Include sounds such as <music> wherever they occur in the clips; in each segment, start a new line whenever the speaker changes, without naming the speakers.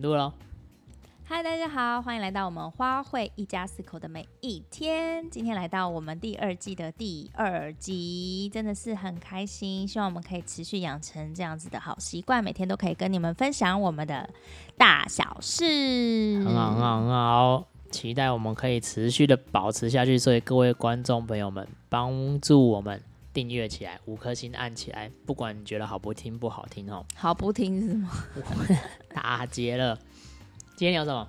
录了，
嗨，大家好，欢迎来到我们花卉一家四口的每一天。今天来到我们第二季的第二集，真的是很开心。希望我们可以持续养成这样子的好习惯，每天都可以跟你们分享我们的大小事。
很好，很好，很好。期待我们可以持续的保持下去，所以各位观众朋友们，帮助我们订阅起来，五颗星按起来，不管你觉得好不听不好听哦，
好不听是吗？
打结了。今天聊什么？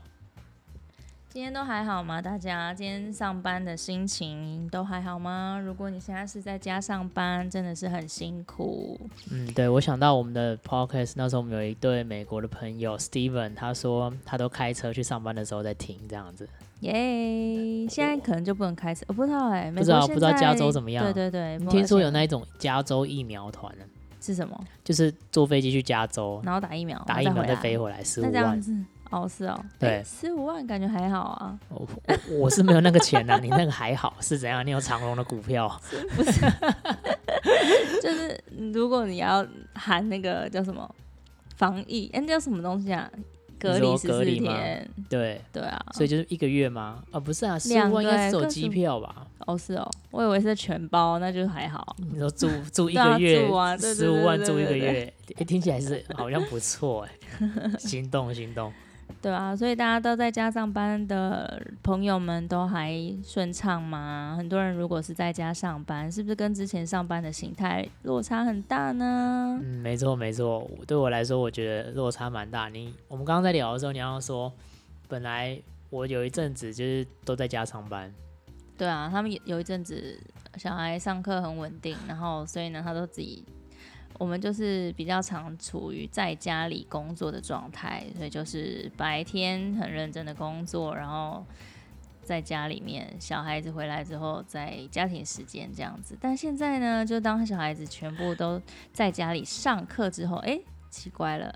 今天都还好吗？大家今天上班的心情都还好吗？如果你现在是在家上班，真的是很辛苦。
嗯，对，我想到我们的 podcast，那时候我们有一对美国的朋友 Steven，他说他都开车去上班的时候在听这样子。
耶、现在可能就不能开始，我、不知道哎、美
不知道
国现
不知道加
在
州怎么样
对对对，
听说有
那
那一种加州疫苗团呢，
是什么？
就是坐飞机去加州，
然后打疫苗，
打疫
然后
苗
哦再
再
回
飞
来。
回来，十五
那这
万
样。子，哦是哦，
对
十五万感觉还好啊，
我我 <laughs> 我是没有那个钱呐、啊 <laughs> 你那个还好是怎样？你有长隆的股
<laughs>
票，
就是呃如果你要含那个叫什么防疫，哎、那叫什么东西啊？隔离
你
十
说隔
四
离吗
天，
对，
对啊，
所以就是一个月吗？啊，不是啊，十
两
五
个
万应该
欸
是有
各
机
种
票吧？
哦是哦，我以为是全包，那就还好，
你说
<laughs>
住住一
对啊
个月
住啊，对对
十五万
对对
住一个
对对
月，诶听起来是好像不错哎、 <laughs> 心动心动。
对啊，所以大家都在家上班的朋友们都还顺畅吗？很多人如果是在家上班，是不是跟之前上班的形态落差很大呢？
嗯，没错没错，我对我来说，我觉得落差蛮大。你我们刚刚在聊的时候，你要说，本来我有一阵子就是都在家上班， <laughs>
对啊，他们有有一阵子小孩上课很稳定，然后所以呢，他都自己，我们就是比较常处于在家里工作的状态，所以就是白天很认真的工作，然后在家里面，小孩子回来之后在家庭时间这样子。但现在呢，就当小孩子全部都在家里上课之后，哎，奇怪了，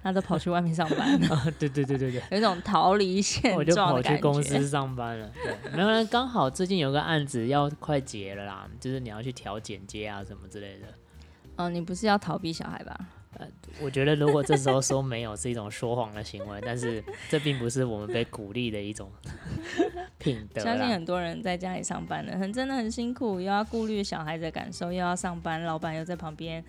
他都跑去外面上班
<laughs>
了，
对对对对对，
有一种逃离现
<laughs> 我就
状
跑
的
去
感
公
觉。
司上班了。对，没有啦，刚好最近有个案子要快结了啦，就是你要去调剪接啊什么之类的。
嗯、你不是要逃避小孩吧？
我觉得如果这时候说没有是一种说谎的行为，但是这并不是我们被鼓励的一种 <laughs> 品德
相信
啦。
很多人在家里上班的，很真的很辛苦，又要顾虑小孩子的感受，又要上班，老板又在旁边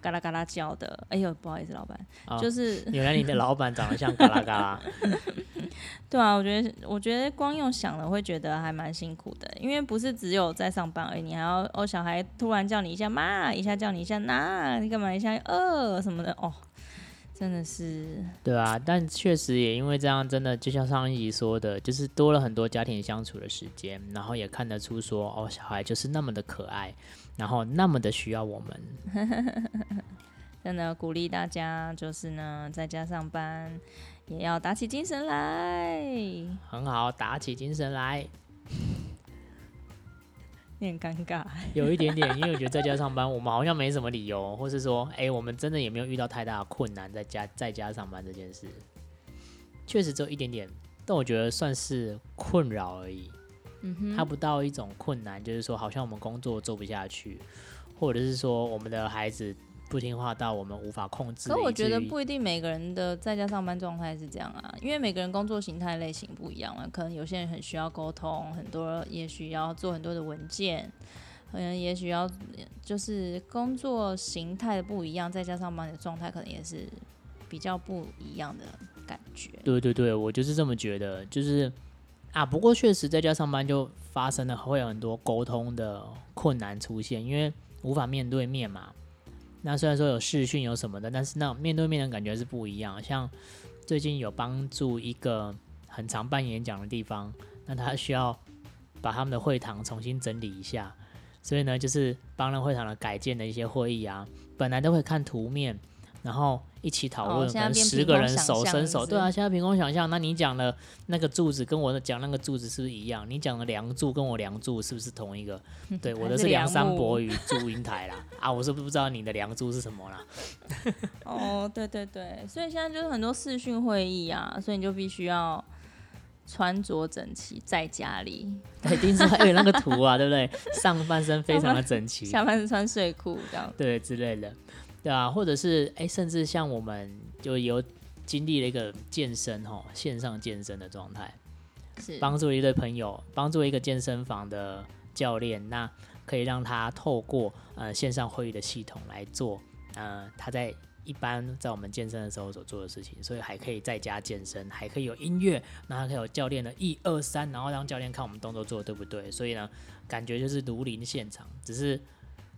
嘎啦嘎啦叫的。哎呦，不好意思，老板，
啊
就是
原来你的老板长得像嘎啦嘎啦，
对啊，我觉得我觉得光用想了会觉得还蛮辛苦的，因为不是只有在上班而已，你还要哦，小孩突然叫你一下妈，一下叫你一下那，你干嘛一下饿什么的哦，真的是
对啊，但确实也因为这样，真的就像上一集说的，就是多了很多家庭相处的时间，然后也看得出说，哦，小孩就是那么的可爱，然后那么的需要我们，
真的鼓励大家，就是呢，在家上班也要打起精神来。
很好，打起精神来。
有点尴尬，
有一点点，因为我觉得在家上班，我们好像没什么理由，或是说，哎、我们真的也没有遇到太大的困难，在家在家上班这件事，确实只有一点点，但我觉得算是困扰而已，
嗯哼
它不到一种困难，就是说好像我们工作做不下去，或者是说我们的孩子不听话到我们无法控制，
可我
以至
觉得
于
不一定每个人的在家上班状态是这样啊，因为每个人工作形态类型不一样嘛。可能有些人很需要沟通，很多也许要做很多的文件，可能也许要就是工作形态的不一样，在家上班的状态可能也是比较不一样的感觉。
对对对，我就是这么觉得，就是啊，不过确实在家上班就发生了会有很多沟通的困难出现，因为无法面对面嘛。那虽然说有视讯有什么的，但是那种面对面的感觉是不一样。像最近有帮助一个很常办演讲的地方，那他需要把他们的会堂重新整理一下，所以呢，就是帮了会堂的改建的一些会议啊，本来都会看图面，然后一起讨
哦
论，可
现在
能
变
十
凭
个
空
人
想
手
象
伸
是
手，
不是
对啊，现在凭空想象，那你讲的那个柱子跟我的讲那个柱子是不是一样？你讲的梁柱跟我梁柱是不是同一
<laughs>
个？对，我
还
的
是
是梁
梁
山
木
伯与祝英台啦。 <laughs> 啊，我是不知道你的梁柱是什么
<laughs>
啦。
哦，对对对，所以现在就是很多视讯会议啊，所以你就必须要穿着整齐，在家里
一定是还有那个图啊，对不对？上半身非常的整
<laughs>
齐，
下班是穿睡裤这样。
对之类的，对啊，或者是哎，甚至像我们就有经历了一个健身哈、哦，线上健身的状态，
是
帮助了一对朋友，帮助了一个健身房的教练，那可以让他透过呃线上会议的系统来做，呃他在一般在我们健身的时候所做的事情，所以还可以在家健身，还可以有音乐，那还可以有教练的一二三，然后让教练看我们动作做的对不对，所以呢，感觉就是如临现场，只是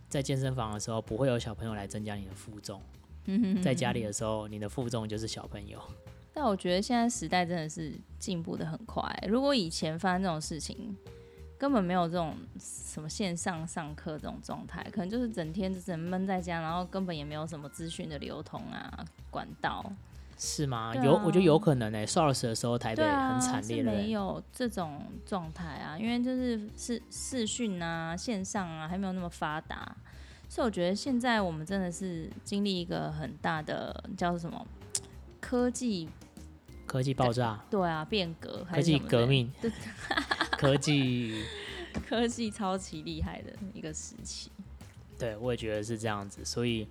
在健身房的时候不会有小朋友来增加你的负重。
嗯
在家里的时候，你的负重就是小朋友。
但我觉得现在时代真的是进步的很快。如果以前发生这种事情，根本没有这种什么线上上课这种状态，可能就是整天就只能闷在家，然后根本也没有什么资讯的流通啊管道。
是吗？
对啊
有，我觉得有可能诶、SARS 的时候，台北
对啊，
哎很惨烈欸
是
的、
没有这种状态啊，因为就是视视讯啊、线上啊，还没有那么发达，所以我觉得现在我们真的是经历一个很大的叫什么科技
科技爆炸、
对啊变革，
科
还是
技
什么
革
的
命
对、 <laughs>
科技，
科技超级厉害的一个时期。
对我也觉得是这样子。所以，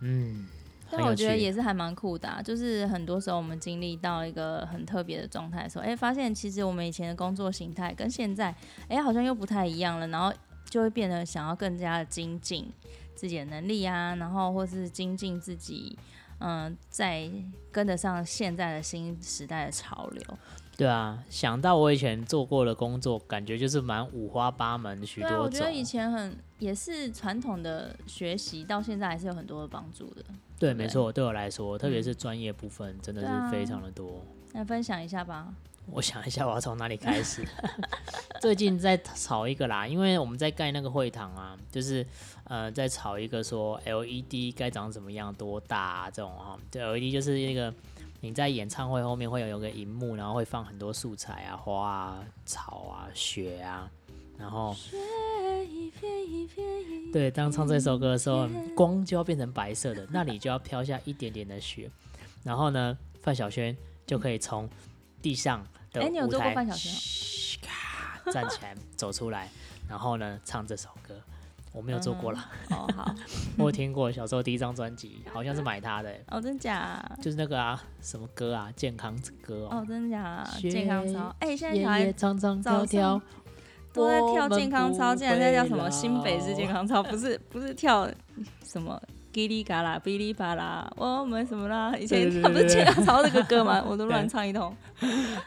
嗯，很
但我
有
觉得
趣
也是还蛮酷的、啊，就是很多时候我们经历到一个很特别的状态的时候，哎、发现其实我们以前的工作形态跟现在，哎、好像又不太一样了，然后就会变得想要更加的精进自己的能力啊，然后或是精进自己，嗯、在跟得上现在的新时代的潮流。
对啊，想到我以前做过的工作，感觉就是蛮五花八门，许
对啊，我
多
觉
种
得。以前很也是传统的学习，到现在还是有很多的帮助的。
对，没错，对我来说，特
嗯
别是专业部分，真的
对啊
是非常的多。
来分享一下吧。
我想一下，我要从哪里开始？ <laughs> 最近在炒一个啦，因为我们在盖那个会堂啊，就是呃，在炒一个说 LED 该长什么样、多大、啊、这种哈、这 LED 就是那个你在演唱会后面会有有个荧幕，然后会放很多素材啊、花啊、草啊、雪啊，然后对，当唱这首歌的时候，光就要变成白色的，那里就要飘下一点点的雪，然后呢，范晓萱就可以从地上的
哎你有
舞
做过
台
范晓萱哦
嘘咔站起来走出来，然后呢唱这首歌，我没有做过啦，
哦，好，
<laughs> 我有听过小时候第一张专辑，好像是买他的、
哦，真假？
就是那个啊什么歌啊，健康之歌哦。
哦，真的假的？
学
健康操，哎、现在
夜
小
夜
孩
唱唱
早
跳跳
上，都在
我
跳
们
健康操，
不
竟然在叫
会
什么新北市健
老
康操，不是不是跳什么叽里嘎啦、哔哩吧啦，我们什么啦？以
对
前
对对
他不是
对
健康操这个歌吗？我都乱
对
唱一通。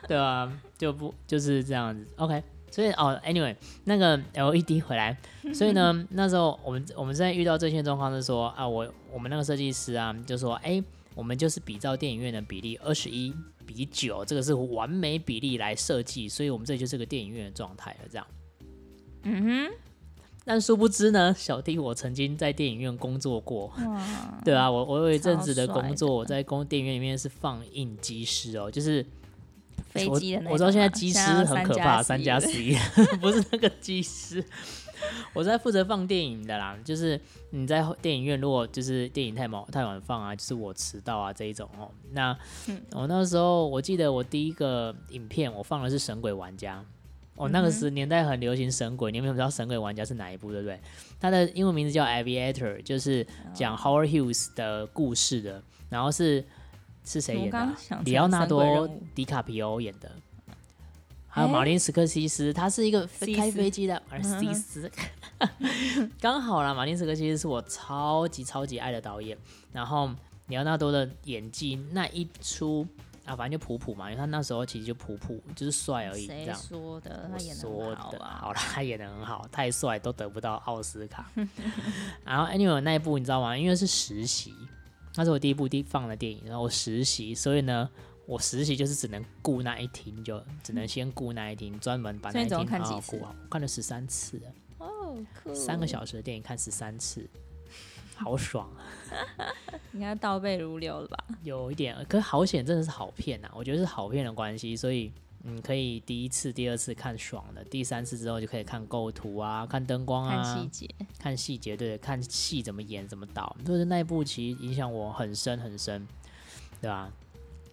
对啊，就不就是这样子。OK，所以哦，anyway，那个 LED 回来，所以呢，那时候我们我们现在遇到最新的状况是说啊，我我们那个设计师啊，就说哎、我们就是比照电影院的比例二十一比九，这个是完美比例来设计，所以我们这就是个电影院的状态了，这样。
嗯
但殊不知呢，小弟我曾经在电影院工作过，
哼，哇，
对啊，我我有一阵
超
子的
帅
工
的
作，我在工电影院里面是放映机师哦，就是
飞
我
机的那种啊
我知道现在机师
要
很可
3+11
怕，三
<laughs>
加十一，不是那个机师。我是在负责放电影的啦，就是你在电影院，如果就是电影太晚太晚放啊，就是我迟到啊这一种哦。那
嗯
我那时候我记得我第一个影片我放的是《神鬼玩家》，哦，
嗯
那个时年代很流行神鬼，你们有没有知道《神鬼玩家》是哪一部，对不对？它的英文名字叫 Aviator，就是
哦
讲 Howard Hughes 的故事的，然后是是谁
我
演的
刚
啊、
刚想
里
成
奥纳
神鬼任
多
务
·迪卡皮欧演的，还有马
诶
林·斯科西斯，他是一个飞
西
开
斯嗯
飞机的而西斯， <laughs> 刚好啦。马林·斯科西斯是我超级超级爱的导演，然后里奥纳多的演技那一出啊，反正就普普嘛，因为他那时候其实就普普，就是帅而已这
谁
样。
说的？他
我
演的
说
很
的
好啊吧？
好啦， <laughs> 他演的很好，太帅都得不到奥斯
<laughs>
卡。然后 anyway 那一部你知道吗？因为是实习，那是我第一部地放的电影，然后我实习，所以呢，我实习就是只能顾那一厅，就只
<laughs>
能先顾那一厅，专门把
所
那
以
一
你总
厅
共看
好好
几次
顾好。我看了十三次了，
哦，酷，
三个，小时的电影看十三
<laughs>
次，好爽啊！
应该倒背如流了吧？
有一点，可是好险真的是好片啊呐、我觉得是好片的关系，所以嗯，可以第一次、第二次看爽的，第三次之后就可以看构图啊，看灯光
看
啊，
细节，
看细节，对，看戏怎么演怎么导，就是那一部其实影响我很深很深，对吧、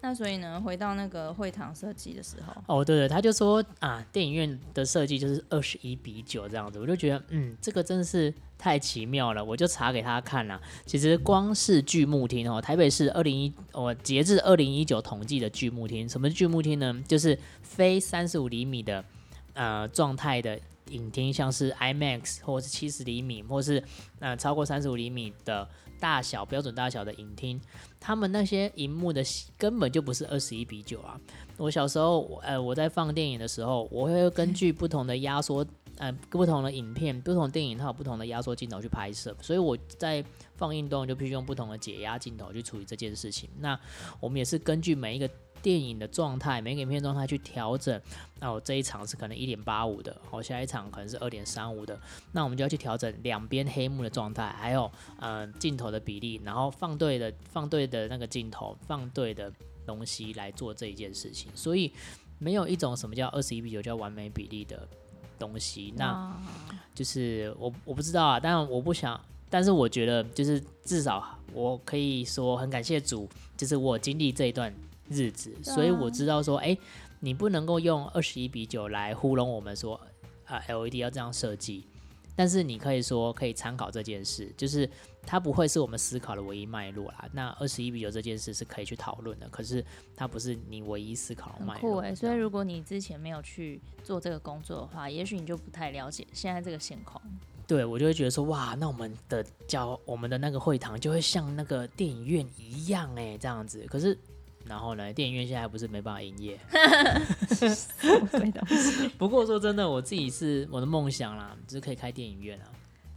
那所以呢，回到那个会堂设计的时候，
哦，对对，他就说啊，电影院的设计就是二十一比九这样子，我就觉得嗯，这个真是太奇妙了，我就查给他看啦。其实光是剧目厅哦，台北市二零一哦，截至二零一九统计的剧目厅，什么是剧目厅呢？就是非三十五厘米的呃状态的影厅，像是 IMAX 或是七十厘米，或是呃超过三十五厘米的大小标准大小的影厅，他们那些荧幕的根本就不是二十一比九啊。我小时候，我呃，我在放电影的时候，我会根据不同的压缩，呃，不同的影片、不同电影，它有不同的压缩镜头去拍摄，所以我在放映中就必须用不同的解压镜头去处理这件事情。那我们也是根据每一个电影的状态、每个影片状态去调整。那我这一场是可能一点八五的，哦，下一场可能是二点三五的，那我们就要去调整两边黑幕的状态，还有呃镜头的比例，然后放对的放对的那个镜头，放对的东西来做这一件事情，所以没有一种什么叫二十一比九叫完美比例的东西。那
哇
就是我我不知道啊，但我不想，但是我觉得就是至少我可以说很感谢主，就是我经历这一段日子，
对啊
所以我知道说，哎、你不能够用二十一比九来糊弄我们说啊、LED 要这样设计。但是你可以说可以参考这件事，就是它不会是我们思考的唯一脉络啦。那二十一比九这件事是可以去讨论的，可是它不是你唯一思考的
很
脉
酷
络。
哎、所以如果你之前没有去做这个工作的话，也许你就不太了解现在这个现况。
<laughs> 对我就会觉得说，哇，那我们的教我们的那个会堂就会像那个电影院一样哎，这样子。可是，然后呢，电影院现在不是没办法营业。 <laughs>
鬼东西。
不过说真的，我自己是我的梦想啦，就是可以开电影院啊。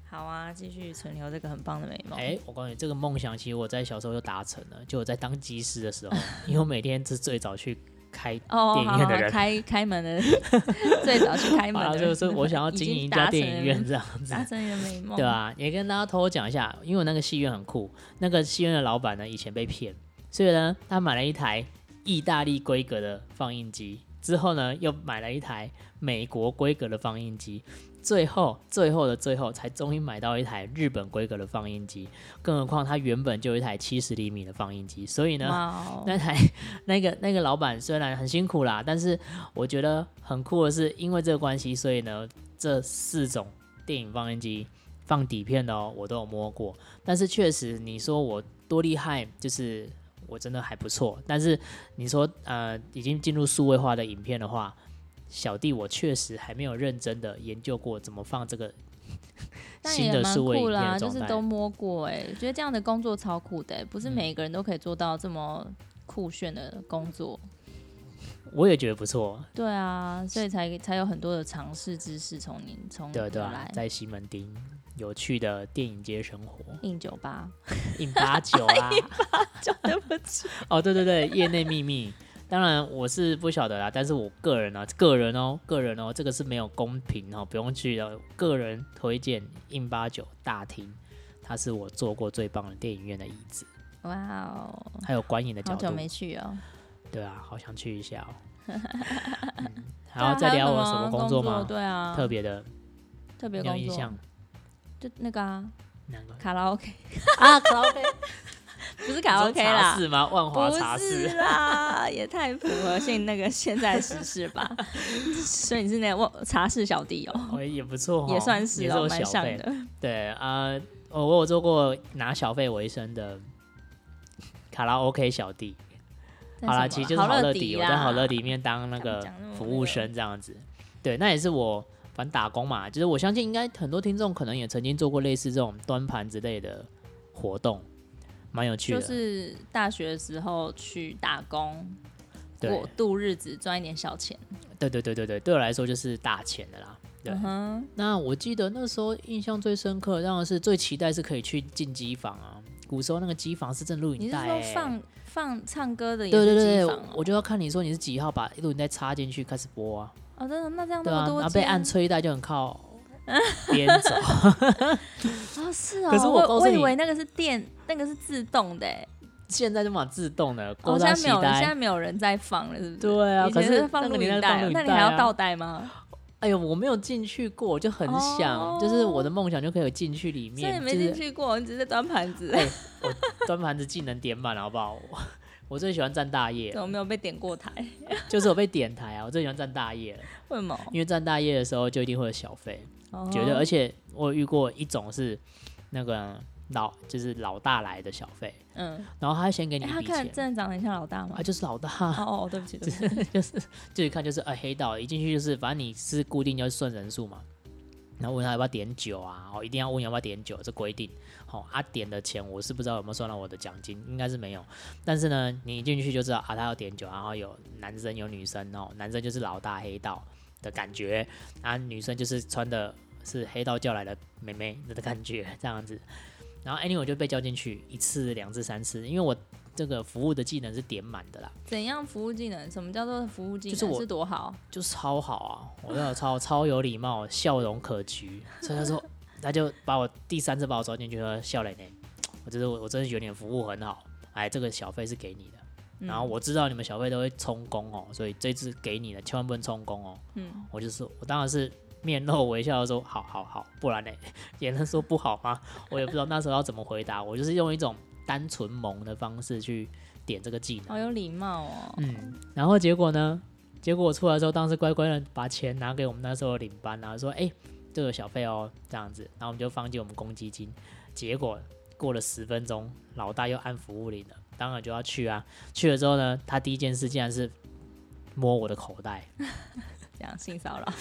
<laughs> 好啊，继续存留这个很棒的美梦。
哎、我告诉你，这个梦想其实我在小时候就达成了，就我在当技师的时候，因为我每天是最早去开
哦，
电
好
影院的
好
人，
开开门的， <laughs> 最早去开门
<laughs> 啊，
的人， <laughs>
就是我想要
已
经
经
营一
达
家
成
电影院
了，
这样子。
<laughs> 达成你的美梦。
对啊，也跟大家偷偷讲一下，因为我那个戏院很酷，那个戏院的老板呢以前被骗，所以呢他买了一台意大利规格的放映机，之后呢又买了一台美国规格的放映机，最后最后的最后才终于买到一台日本规格的放映机，更何况他原本就有一台七十厘米的放映机，所以呢。
哇哦，
<laughs> 那台那个那个老板虽然很辛苦啦，但是我觉得很酷的是，因为这个关系，所以呢，这四种电影放映机放底片的哦，我都有摸过。但是确实，你说我多厉害，就是我真的还不错。但是你说呃，已经进入数位化的影片的话，小弟我确实还没有认真的研究过怎么放这个 <laughs>
但
新
也
的
蛮
数位
酷
影片
啦，
的
就
状
是
态。
都摸过哎、觉得这样的工作超酷的、哎不是每个人都可以做到这么酷炫的工作。
嗯我也觉得不错，
对啊，所以才才有很多的尝试知识从你从你
对啊对
而
啊
嗯来，。
在西门町有趣的电影街生活。
硬酒吧， <laughs>
印八九啊，
就对不起，
哦，对对对，业内秘密。当然我是不晓得啦，但是我个人啊，个人哦，个人哦，这个是没有公平哦，不用去的。个人推荐印八九大厅，它是我坐过最棒的电影院的椅子，
哇哦，
还有观影的角
好
度
久。没去哦。
对啊，好想去一下
<laughs>
哦。嗯、
对
还
啊
要再聊
还有
我
什
什么
工
工作吗？
对啊，
特别的，
特别
你
工
有
作
印象？
就那个啊，
哪个？
卡拉 OK，
<laughs> 啊，卡拉 OK，
<laughs> 不是卡拉 OK 啦
茶，室吗？万华茶
不是 <laughs>
室。
啦，也太符合现那个现在时事
<laughs>
吧。所以你是那我茶室小弟哦，
我也不错、哦，
也算是
也是
哦，
我
蛮
小
像
费。
的。
对啊、呃我我有做过拿小费为生的卡拉 OK 小弟。
在
好
什
啦，
么啊
其实就是
好
好乐
迪
迪，我
啦，
在好乐迪里面当那
他们
个
讲那么
服
那
务
个
生这样子。对，那也是我反正打工嘛，就是我相信应该很多听众可能也曾经做过类似这种端盘之类的活动，蛮有趣
就
的。
是大学的时候去打工，
对
过度日子赚一点小钱。
对对对对对，对我来说就是大钱的啦。对，
嗯哼，
那我记得那时候印象最深刻，当然是最期待是可以去进机房啊。古时候那个机房是正录影
你是
带、欸，
说放放唱歌的也
对对
是
对对
机房哦，
我就要看你说你是几号，把录影带插进去开始播啊，
哦，真的那这样
对
那
啊
么，多
然后
间，
被按吹带就很靠边
<laughs>
走，
哦，是哦。
可是我
我
告诉
我以
你
为那个是电，那个是自动的欸，
现在就嘛自动的
哦，
勾
现
到
在
系
没有，现在
带，
没有人在放了，是不是？
对啊，
以
可
前
是
放
那个
录
年
影
代放
带哦
录，影
那
带
你还要倒
啊，
带吗？
哎呦，我没有进去过，我就很想，就是我的梦想就可以有进去里
哦所以你
面，
没
就
进
是 <laughs>
去过，你只是端盘子。
哎，我端盘子技能点满了好不好？我 <laughs> 我最喜欢站大夜
怎，么没有被点过台？
就是我被点台啊，我最喜欢站大夜了，
为什么？
因为站大夜的时候就一定会有小费，
哦
觉得，而且我有遇过一种是那个老就是老大来的小费，
嗯，
然后他先给你
哎、
一
他
笔
看
钱，啊
真的长得很像老大吗
他？就是老大，
哦哦，对不起，对
<laughs>
不起，
就一看就是呃黑道，一进去就是反正你是固定要算人数嘛，然后问他要不要点酒啊，哦一定要问要不要点酒，这规定。好、啊点的钱我是不知道有没有算到我的奖金，应该是没有。但是呢，你一进去就知道啊他要点酒，然后有男生有女生哦，男生就是老大黑道的感觉，啊女生就是穿的是黑道叫来的妹妹的感觉这样子。然后 anyway 我就被叫进去一次、两次、三次，因为我这个服务的技能是点满的啦。
怎样服务技能？什么叫做服务技能？
就是我
多好？
就超好啊，我真的超超有礼貌，笑容可掬。所以他说， <laughs> 他就把我第三次把我抓进去说，笑磊磊，我觉得我我真的觉得你的服务很好，哎，这个小费是给你的。
嗯
然后我知道你们小费都会充公哦，所以这次给你的千万不能充公哦。
嗯，
我就说，我当然是面露微笑的说，好好好，不然呢， <laughs> 也能说不好吗？我也不知道那时候要怎么回答，我就是用一种单纯萌的方式去点这个技能
好。有礼貌哦。
嗯，然后结果呢？结果我出来之后，当时乖乖的把钱拿给我们那时候的领班，然后说：“哎、这个小费哦，这样子。”然后我们就放进我们公积金。结果过了十分钟，老大又按服务铃了，当然就要去啊。去了之后呢，他第一件事竟然是摸我的口袋，
这样性骚扰， <laughs>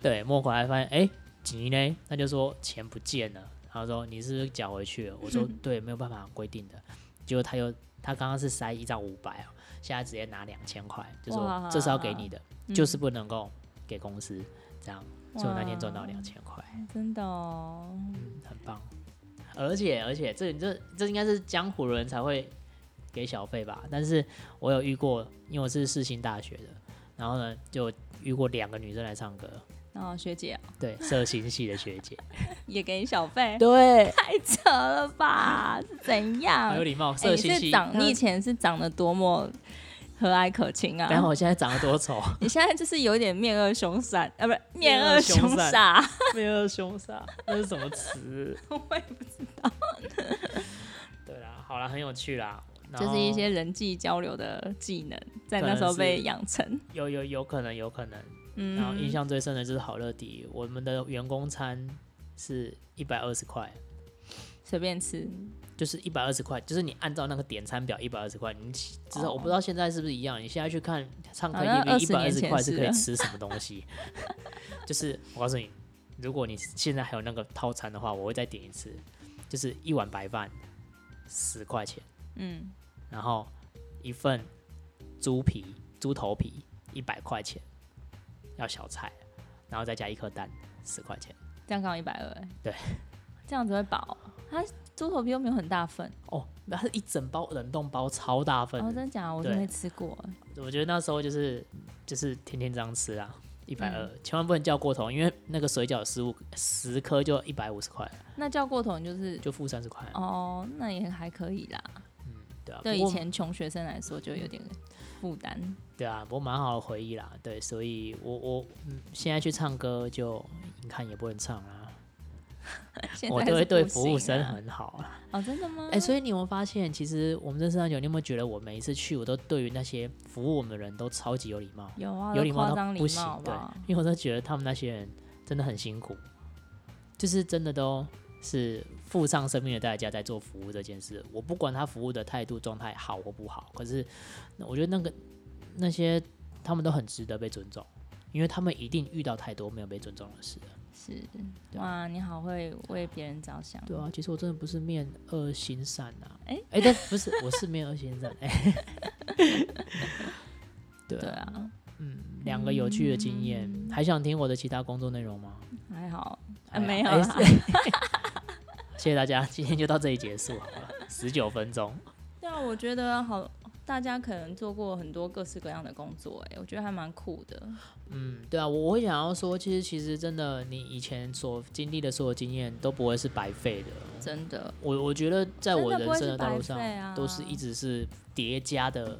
对，摸回来发现，哎、急呢？他就说钱不见了，然后说你是不是缴回去了？我说对，没有办法规定的。结果他又，他刚刚是塞一张五百哦，现在直接拿两千块，就说
哇
这是要给你的，
嗯
就是不能够给公司这样。所以我那天
哇
赚到两千块，
真的哦。
嗯，很棒。而且而且，这这这应该是江湖人才会给小费吧？但是我有遇过，因为我是世新大学的，然后呢就遇过两个女生来唱歌，
然后学姐哦
对，色情系的学
<laughs>
姐，
也给你小费，
对，
太扯了吧？是怎样
好有？礼貌，
哎
色
你
情
是
系。
长，你以前是长得多么和蔼可亲啊！
然后我现在长得多丑， <laughs>
你现在就是有点面恶凶善啊，不是面
面
恶
恶
凶
凶
煞， <laughs>
面恶凶煞，那是什么 <laughs> 词？
我也不
对啦，好啦，很有趣啦，然
就是一
后
些人际交流的技能，在
可
那
能
时候
是
被养成。
有有有可能有可能。
嗯，
然后印象最深的就是好乐迪，我们的员工餐是一百二十块，
随便吃，
就是一百二十块，就是你按照那个点餐表一百二十块，你其至少
哦
我不知道现在是不是一样。你现在去看唱
好
歌
像
夜一
20
百二
年
十
前
块是可
是
以
啊
吃什么东西？ <laughs> 就是我告诉你，如果你现在还有那个套餐的话，我会再点一次，就是一碗白饭十块钱，
嗯，
然后一份猪皮猪头皮一百块钱，要小菜，然后再加一颗蛋十块钱。
这样刚好一百二，欸
对，
这样子会饱。哦它猪头皮又没有很大份，
哦，那是一整包冷冻包，超大份
哦，
的
真的假的？我都
对
没吃过，
我觉得那时候就是就是天天这样吃啊，一百二，千万不能叫过头，因为那个水饺十五十颗就一百五十块了，
那叫过头你就是
就付三十块。
哦，那也还可以啦。
对啊，
对
不
以
过
前穷学生来说就有点负担。
对啊，不过蛮好的回忆啦。对，所以我我嗯，现在去唱歌就你看也不能唱啦，
<laughs> 现在
我
是
都会对
不
服务
行啊
生很好啦。
哦，真的吗？
哎、所以你有没有发现，其实我们认识很久，你有没有觉得我每一次去，我都对于那些服务我们的人都超级有礼貌，
有啊，
有
都
礼貌
夸
到
张礼
不行
貌，
对
吧？，
因为我都觉得他们那些人真的很辛苦，就是真的都是付上生命的代价在做服务这件事。我不管他服务的态度状态好或不好，可是那我觉得那个那些他们都很值得被尊重，因为他们一定遇到太多没有被尊重的事了。
是
对
哇，你好会为别人着想。
对啊，其实我真的不是面恶心善呐、啊，哎、
哎
但不是， <laughs> 我是面恶心善，哎、 <laughs> 对
对
啊，
啊，嗯
嗯，两个有趣的经验，还想听我的其他工作内容吗？
还好，啊
还好
没有
哎
啦。
谢谢大家，今天就到这里结束好
<laughs>
了，十九分钟。
<laughs> 对啊，我觉得好，大家可能做过很多各式各样的工作、哎，我觉得还蛮酷的。
嗯，对啊，我我会想要说，其实其实真的，你以前所经历的所有经验都不会是白费的。
真的，
我我觉得在我
真的
人
不会
生
是
的道路
白
上，
费啊
都是一直是叠加的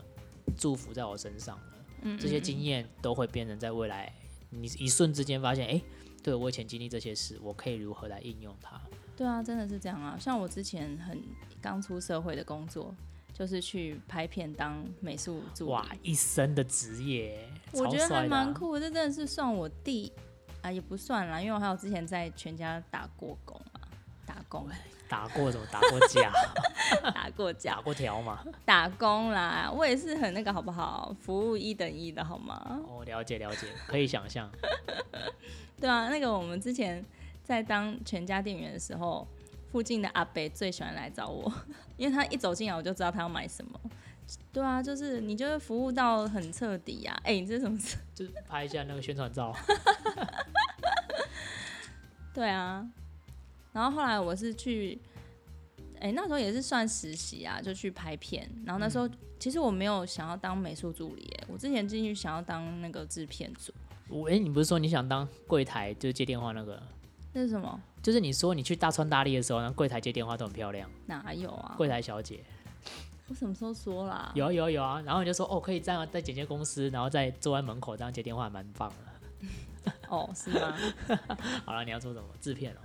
祝福在我身上的，
嗯，
这些
嗯
经验都会变成在未来，你一瞬之间发现，哎、对我以前经历这些事，我可以如何来应用它？
对啊，真的是这样啊。像我之前很刚出社会的工作，就是去拍片当美术助理
哇，，一生的职业，
我
超
觉得
帅
还
的
蛮
啊。
酷的。这真的是算我第啊，也不算啦，因为我还有之前在全家打过工嘛，打
<laughs>
工
打过什么？打过
<laughs>
架，
打过架
打，过条嘛？
打工啦，我也是很那个好不好？服务一等一的好吗？
哦，了解了解，可以想象。
对啊，那个我们之前在当全家店员的时候，附近的阿伯最喜欢来找我， <laughs> 因为他一走进来我就知道他要买什么。对啊，就是你就会服务到很彻底呀、啊。哎、你这是什么事？
就是拍一下那个宣传照，
对啊，然后后来我是去，哎、那时候也是算实习啊，就去拍片。然后那时候、其实我没有想要当美术助理、哎我之前进去想要当那个制片组，
我哎、你不是说你想当柜台，就是接电话那个？
那是什么？
就是你说你去大川大力的时候，那柜台接电话都很漂亮，
哪有啊？
柜台小姐
我什么时候说啦？
有啊有啊有啊，然后你就说哦，可以这样在姐姐公司，然后再坐在门口这样接电话，蛮棒 <laughs> 的。
哦，是吗？
好了，你要做什么？制片哦，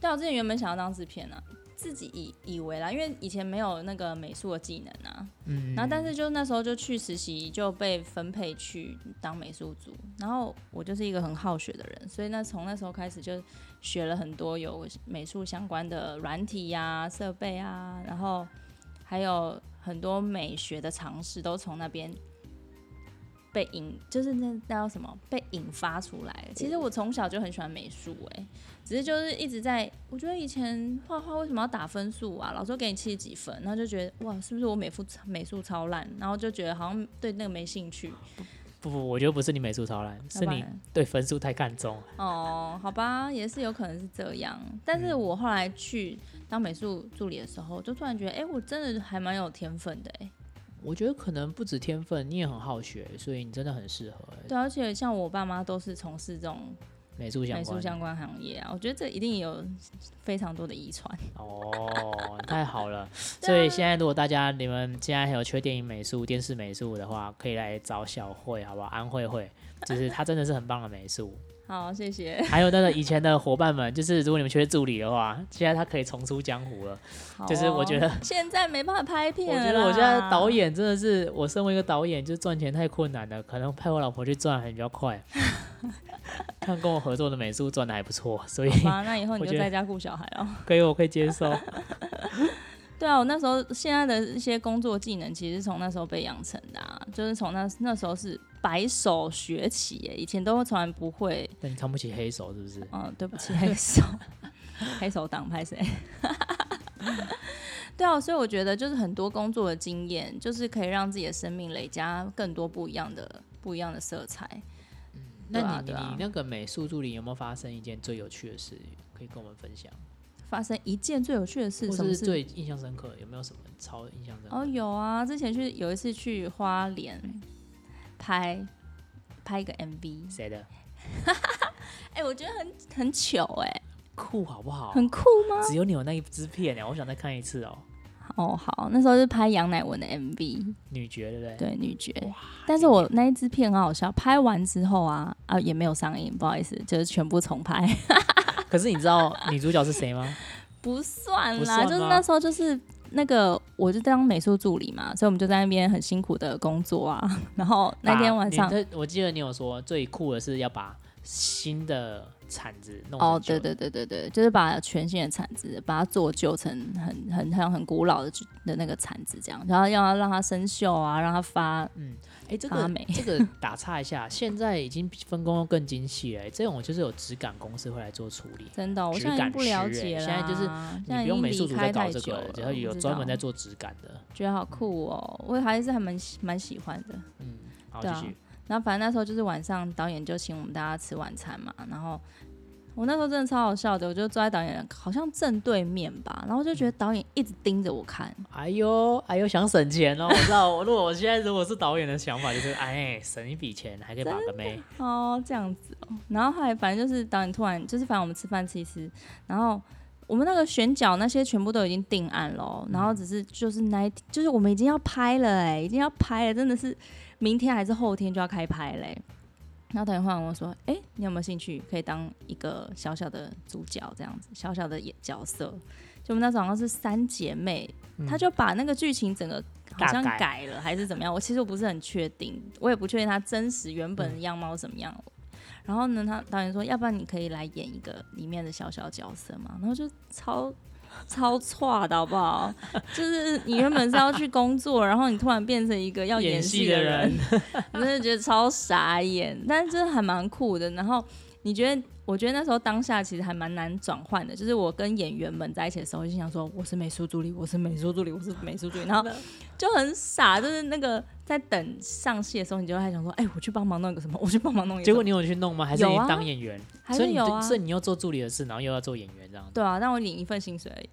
对啊，我之前原本想要当制片啊，自己以以为啦，因为以前没有那个美术的技能啊。
嗯，
然后，但是就那时候就去实习，就被分配去当美术组。然后我就是一个很好学的人，所以那从那时候开始就学了很多有美术相关的软体呀、设备啊，然后还有很多美学的尝试，都从那边被引，就是那那叫什么被引发出来。其实我从小就很喜欢美术、哎，只是就是一直在，我觉得以前画画为什么要打分数啊？老师都给你七十几分，然后就觉得哇，是不是我美术美术超烂？然后就觉得好像对那个没兴趣。
不不，我觉得不是你美术超烂，
那
是
不
你
然
对分数太看重。啊
哦，好吧，也是有可能是这样。但
嗯
是我后来去当美术助理的时候，就突然觉得，哎、我真的还蛮有天分的、哎。
我觉得可能不止天分，你也很好学，所以你真的很适合
对，而且像我爸妈都是从事这种
美术相
美术
关。
相关行业啊，我觉得这一定有非常多的遗传。
哦， <laughs> 太好了！所以现在如果大家你们现在还有缺电影美术、电视美术的话，可以来找小慧，好不好？安慧慧，就是她真的是很棒的美术。
好，谢谢。
还有那个以前的伙伴们，就是如果你们缺助理的话，现在她可以重出江湖了。
好
就是我
哦
觉得
现在没办法拍片
我
了啦，
觉得我现在导演真的是，我身为一个导演，就是赚钱太困难了，可能派我老婆去赚还比较 <laughs> 快。看跟我合作的美术赚的还不错，所以
好吧，那以后你
我
就
觉得
在家顾小孩了。
可以我可以接受。
<laughs> 对啊，我那时候现在的一些工作技能，其实是从那时候被养成的、啊，就是从那那时候是白手学起耶，以前都从来不会。
那你看不起黑手是不是？
嗯，对不起，黑手， <laughs> 黑手党拍谁？ <laughs> 对啊，所以我觉得就是很多工作的经验，就是可以让自己的生命累加更多不一样的不一样的色彩。
那
对
你、
啊对啊
你那个美术助理有没有发生一件最有趣的事，可以跟我们分享？
发生一件最有趣的事，
或
什么
是
事？
最印象深刻？有没有什么超印象深刻？
哦，有啊，之前去有一次去花莲拍拍一个 MV，
谁的
哎、我觉得很很糗哎、
酷好不好？
很酷啊吗？
只有你有那一支片啊呢，我想再看一次哦。
哦，好，那时候是拍杨乃文的 MV，
女爵对不对？啊
对女爵。但是我那一支片很好笑，拍完之后啊啊也没有上映，不好意思，就是全部重拍，
可是你 <laughs> 知道女主角是谁吗？
<laughs> 不算啦，
不算吗
就是那时候就是。那个我就当美术助理嘛，所以我们就在那边很辛苦的工作啊。 <laughs> 然后那天晚上
把，你这我记得你有说最酷的是要把新的铲子弄
哦
很，久
对对对对对，就是把全新的铲子把它做旧成很很很很古老的的那个铲子这样，然后要让它生锈啊，让它发
哎，这
发
个
霉
这
<laughs>
个打岔一下，现在已经分工更精细了，哎这种就是有质感公司会来做处理。
真的，我
质
现在已
感
经不了
师欸
解了。啊
现在就是你
现在
不
已
用
经
美术
离
组在
开
搞
太
这
久
个了
了，，
然后
我
有
知
专门
道
在做质感的。
觉得好酷哦，我还是还蛮喜蛮喜欢的。
嗯，好，
对
继
啊
续。
然后反正那时候就是晚上，导演就请我们大家吃晚餐嘛。然后我那时候真的超好笑的，我就坐在导演好像正对面吧，然后就
嗯
觉得导演一直盯着我看，
哎呦，哎呦，想省钱哦！我知道，我如果我现在如果是导演的想法就是，哎，省一笔钱，还可以把个妹。
哦，这样子哦。然后后来反正就是导演突然就是反正我们吃饭吃一吃，然后我们那个选角那些全部都已经定案喽，然后只是就是那一就是我们已经要拍了哎、已经要拍了，真的是明天还是后天就要开拍嘞、然后导演忽然问我说：“哎、你有没有兴趣可以当一个小小的主角这样子，小小的演角色？”就我们那时候好像是三姐妹，她就把那个剧情整个好好像
嗯大改
改了还是怎么样，我其实我不是很确定，我也不确定他真实原本的样貌怎么样。然后呢，他导演说，要不然你可以来演一个里面的小小角色嘛，然后就超。 <laughs> 超差的好不好？就是你原本是要去工作，然后你突然变成一个要
演
戏
的
人，， <laughs> 我真的觉得超傻眼，但是真的还蛮酷的。然后你觉得，我觉得那时候当下其实还蛮难转换的，就是我跟演员们在一起的时候，就心想说我是美术助理，我是美术助理，我是美术助理，然后就很傻，就是那个在等上戏的时候，你就还想说，哎、我去帮忙弄一个什么，我去帮忙弄一个什
结
么，
果你有去弄吗？还是你
有啊
当演员？
还
所以
是
你
有啊，
所，以你又做助理的事，然后又要做演员这样
对啊，但我领一份薪水而已。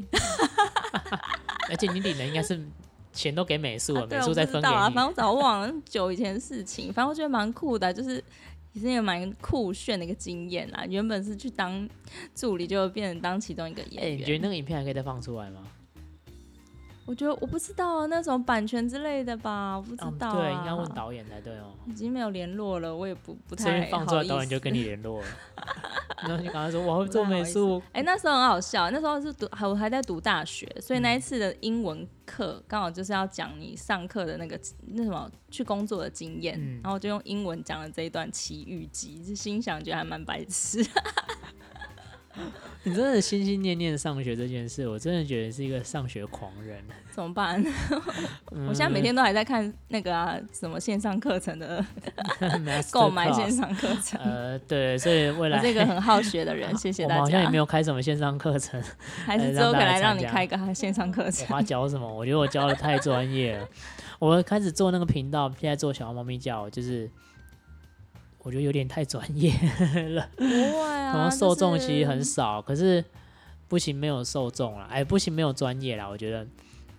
而且你领的应该是钱都给美术了，
啊对
美
啊，
术
我
再
不
分
知
给
道啊，
你
反。正我早忘了，久以前的事情。反正我觉得蛮酷的啊，就是也是一个蛮酷炫的一个经验啦。原本是去当助理，就变成当其中一个
哎，
演
你
员。
觉得那个影片还可以再放出来吗？
我觉得我不知道啊那种版权之类的吧，我不知
嗯，
道、啊
对，应该问导演才对哦。
已经没有联络了，我也不不
所
太
以
好
放出来，
意
导演就
思
跟你联络
<laughs>
了。然后你刚才说我会
不
做
太好
美
意思
术，
哎、那时候很好笑，那时候是读还我还在读大学，所以那一次的英文课刚好就是要讲你上课的那个那什么去工作的经验，
嗯
然后我就用英文讲了这一段奇遇记，就心想觉得还蛮白痴。 <laughs>
你真的心心念念上学这件事，我真的觉得是一个上学狂人。 <laughs>
怎么办？ <laughs>
嗯
我现在每天都还在看那个啊什么线上课程的 <laughs>
Masterclass
购买线上课程，
呃， <laughs> 对，所以未
我
来
是一个很好学
<laughs>
的人，谢谢
我
大
们好
家。
像也没有开什么线上课程，
还是之后可以来呃让你开一个线上课程
我。花教什么？我觉得我教的太专业了。 <laughs> 我开始做那个频道，现在做小猫咪教，就是我觉得有点太专业了，
不会啊
然后受众其实很
就是
少，可是不行没有受众了，哎，不行没有专业啦，我觉得。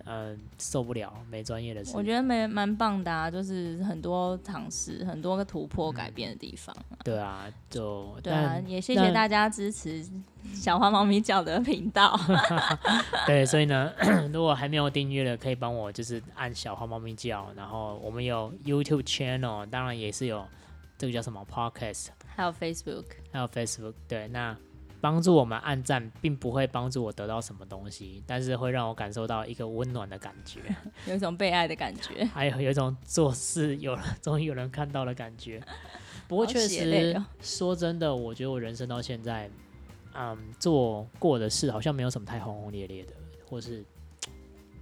嗯，受不了没专业的事
我。觉得蛮蛮棒的啊，就是很多尝试，很多个突破改变的地方。
对啊，就
对啊
但，
也谢谢大家支持小花猫咪叫的频 <laughs> 道。
对，所以呢， <clears throat> 如果还没有订阅的，可以帮我就是按小花猫咪叫，然后我们有 YouTube channel，当然也是有这个叫什么 Podcast，
还有 Facebook，
还有 Facebook。对，那帮助我们按赞，并不会帮助我得到什么东西，但是会让我感受到一个温暖的感觉，
有一种被爱的感觉。
还有有一种做事有人终于有人看到的感觉。不过
好
确
血泪
实
哦，
说真的，我觉得我人生到现在，嗯，做过的事好像没有什么太轰轰烈烈的，或是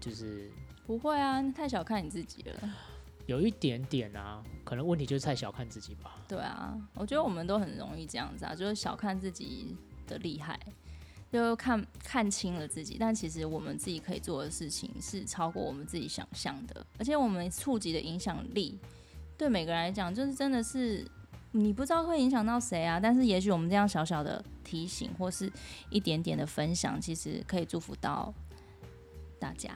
就是
不会啊，你太小看你自己了。
有一点点啊，可能问题就是太小看自己吧。
对啊，我觉得我们都很容易这样子啊，就是小看自己的厉害，就看看清了自己。但其实我们自己可以做的事情是超过我们自己想象的，而且我们触及的影响力对每个人来讲，就是真的是你不知道会影响到谁啊。但是也许我们这样小小的提醒或是一点点的分享，其实可以祝福到大家。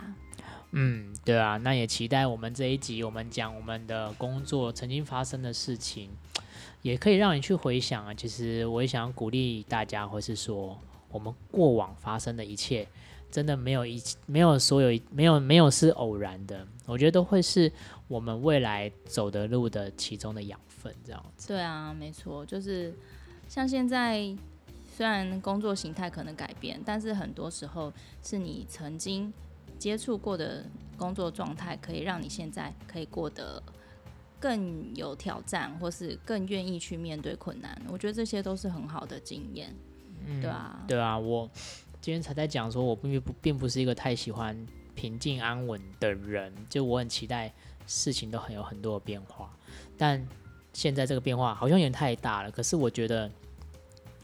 嗯，对啊，那也期待我们这一集，我们讲我们的工作曾经发生的事情，也可以让你去回想啊。其实我也想鼓励大家，或是说我们过往发生的一切，真的没有一没有所有没有没有是偶然的，我觉得都会是我们未来走的路的其中的养分，这样子。
对啊，没错，就是像现在虽然工作形态可能改变，但是很多时候是你曾经接触过的工作状态，可以让你现在可以过得更有挑战，或是更愿意去面对困难。我觉得这些都是很好的经验，
<laughs>
对啊，
对啊，我今天才在讲说，我并不并不是一个太喜欢平静安稳的人，就我很期待事情都很有很多的变化，但现在这个变化好像有点太大了。可是我觉得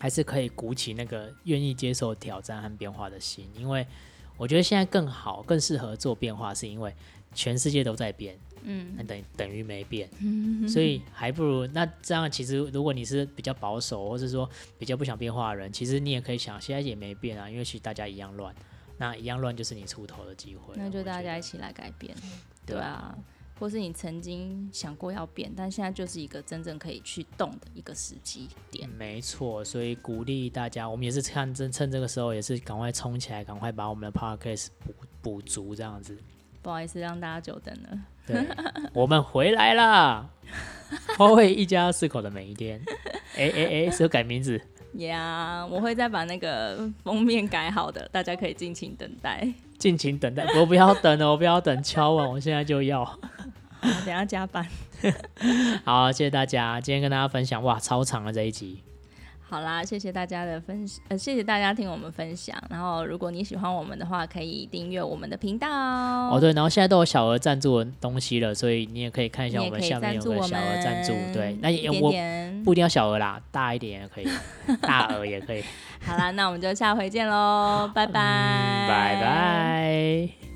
还是可以鼓起那个愿意接受挑战和变化的心，因为我觉得现在更好、更适合做变化，是因为全世界都在变，
嗯
那等等于没变，所以还不如那这样。其实如果你是比较保守，或者说比较不想变化的人，其实你也可以想，现在也没变啊，因为其实大家一样乱，那一样乱就是你出头的机会了。
那就
啊我
大
觉
家
得
一起来改变，
对
对啊。或是你曾经想过要变，但现在就是一个真正可以去动的一个时机点。
没错，所以鼓励大家，我们也是看趁趁这个时候，也是赶快冲起来，赶快把我们的 podcast 补补足，这样 <laughs> 子。
不好意思，让大家久等了。
对，我们回来 <laughs> 啦！花卉一家四口的每一天，哎哎哎，是有改名字，
呀我会再把那个封面改好的，大家可以尽情等待。
尽情等待，我不要等了，我不要等敲碗，我现在就要。
我等一下加班。
好，谢谢大家，今天跟大家分享，哇，超长了这一集。
好啦，谢谢大家的分，呃，谢谢大家听我们分享。然后，如果你喜欢我们的话，可以订阅我们的频道
哦，对，然后现在都有小额赞助的东西了，所以你也可以看一
你
下
也
我
可
们
以
下面
赞
有
助
没有
我
小
们
额赞助。对，那也
一点
我
点
不一定要小额啦，大一点也可以，大额
<laughs>
也可以。 <laughs>
好啦，那我们就下回见喽，拜拜，
嗯嗯，拜。拜。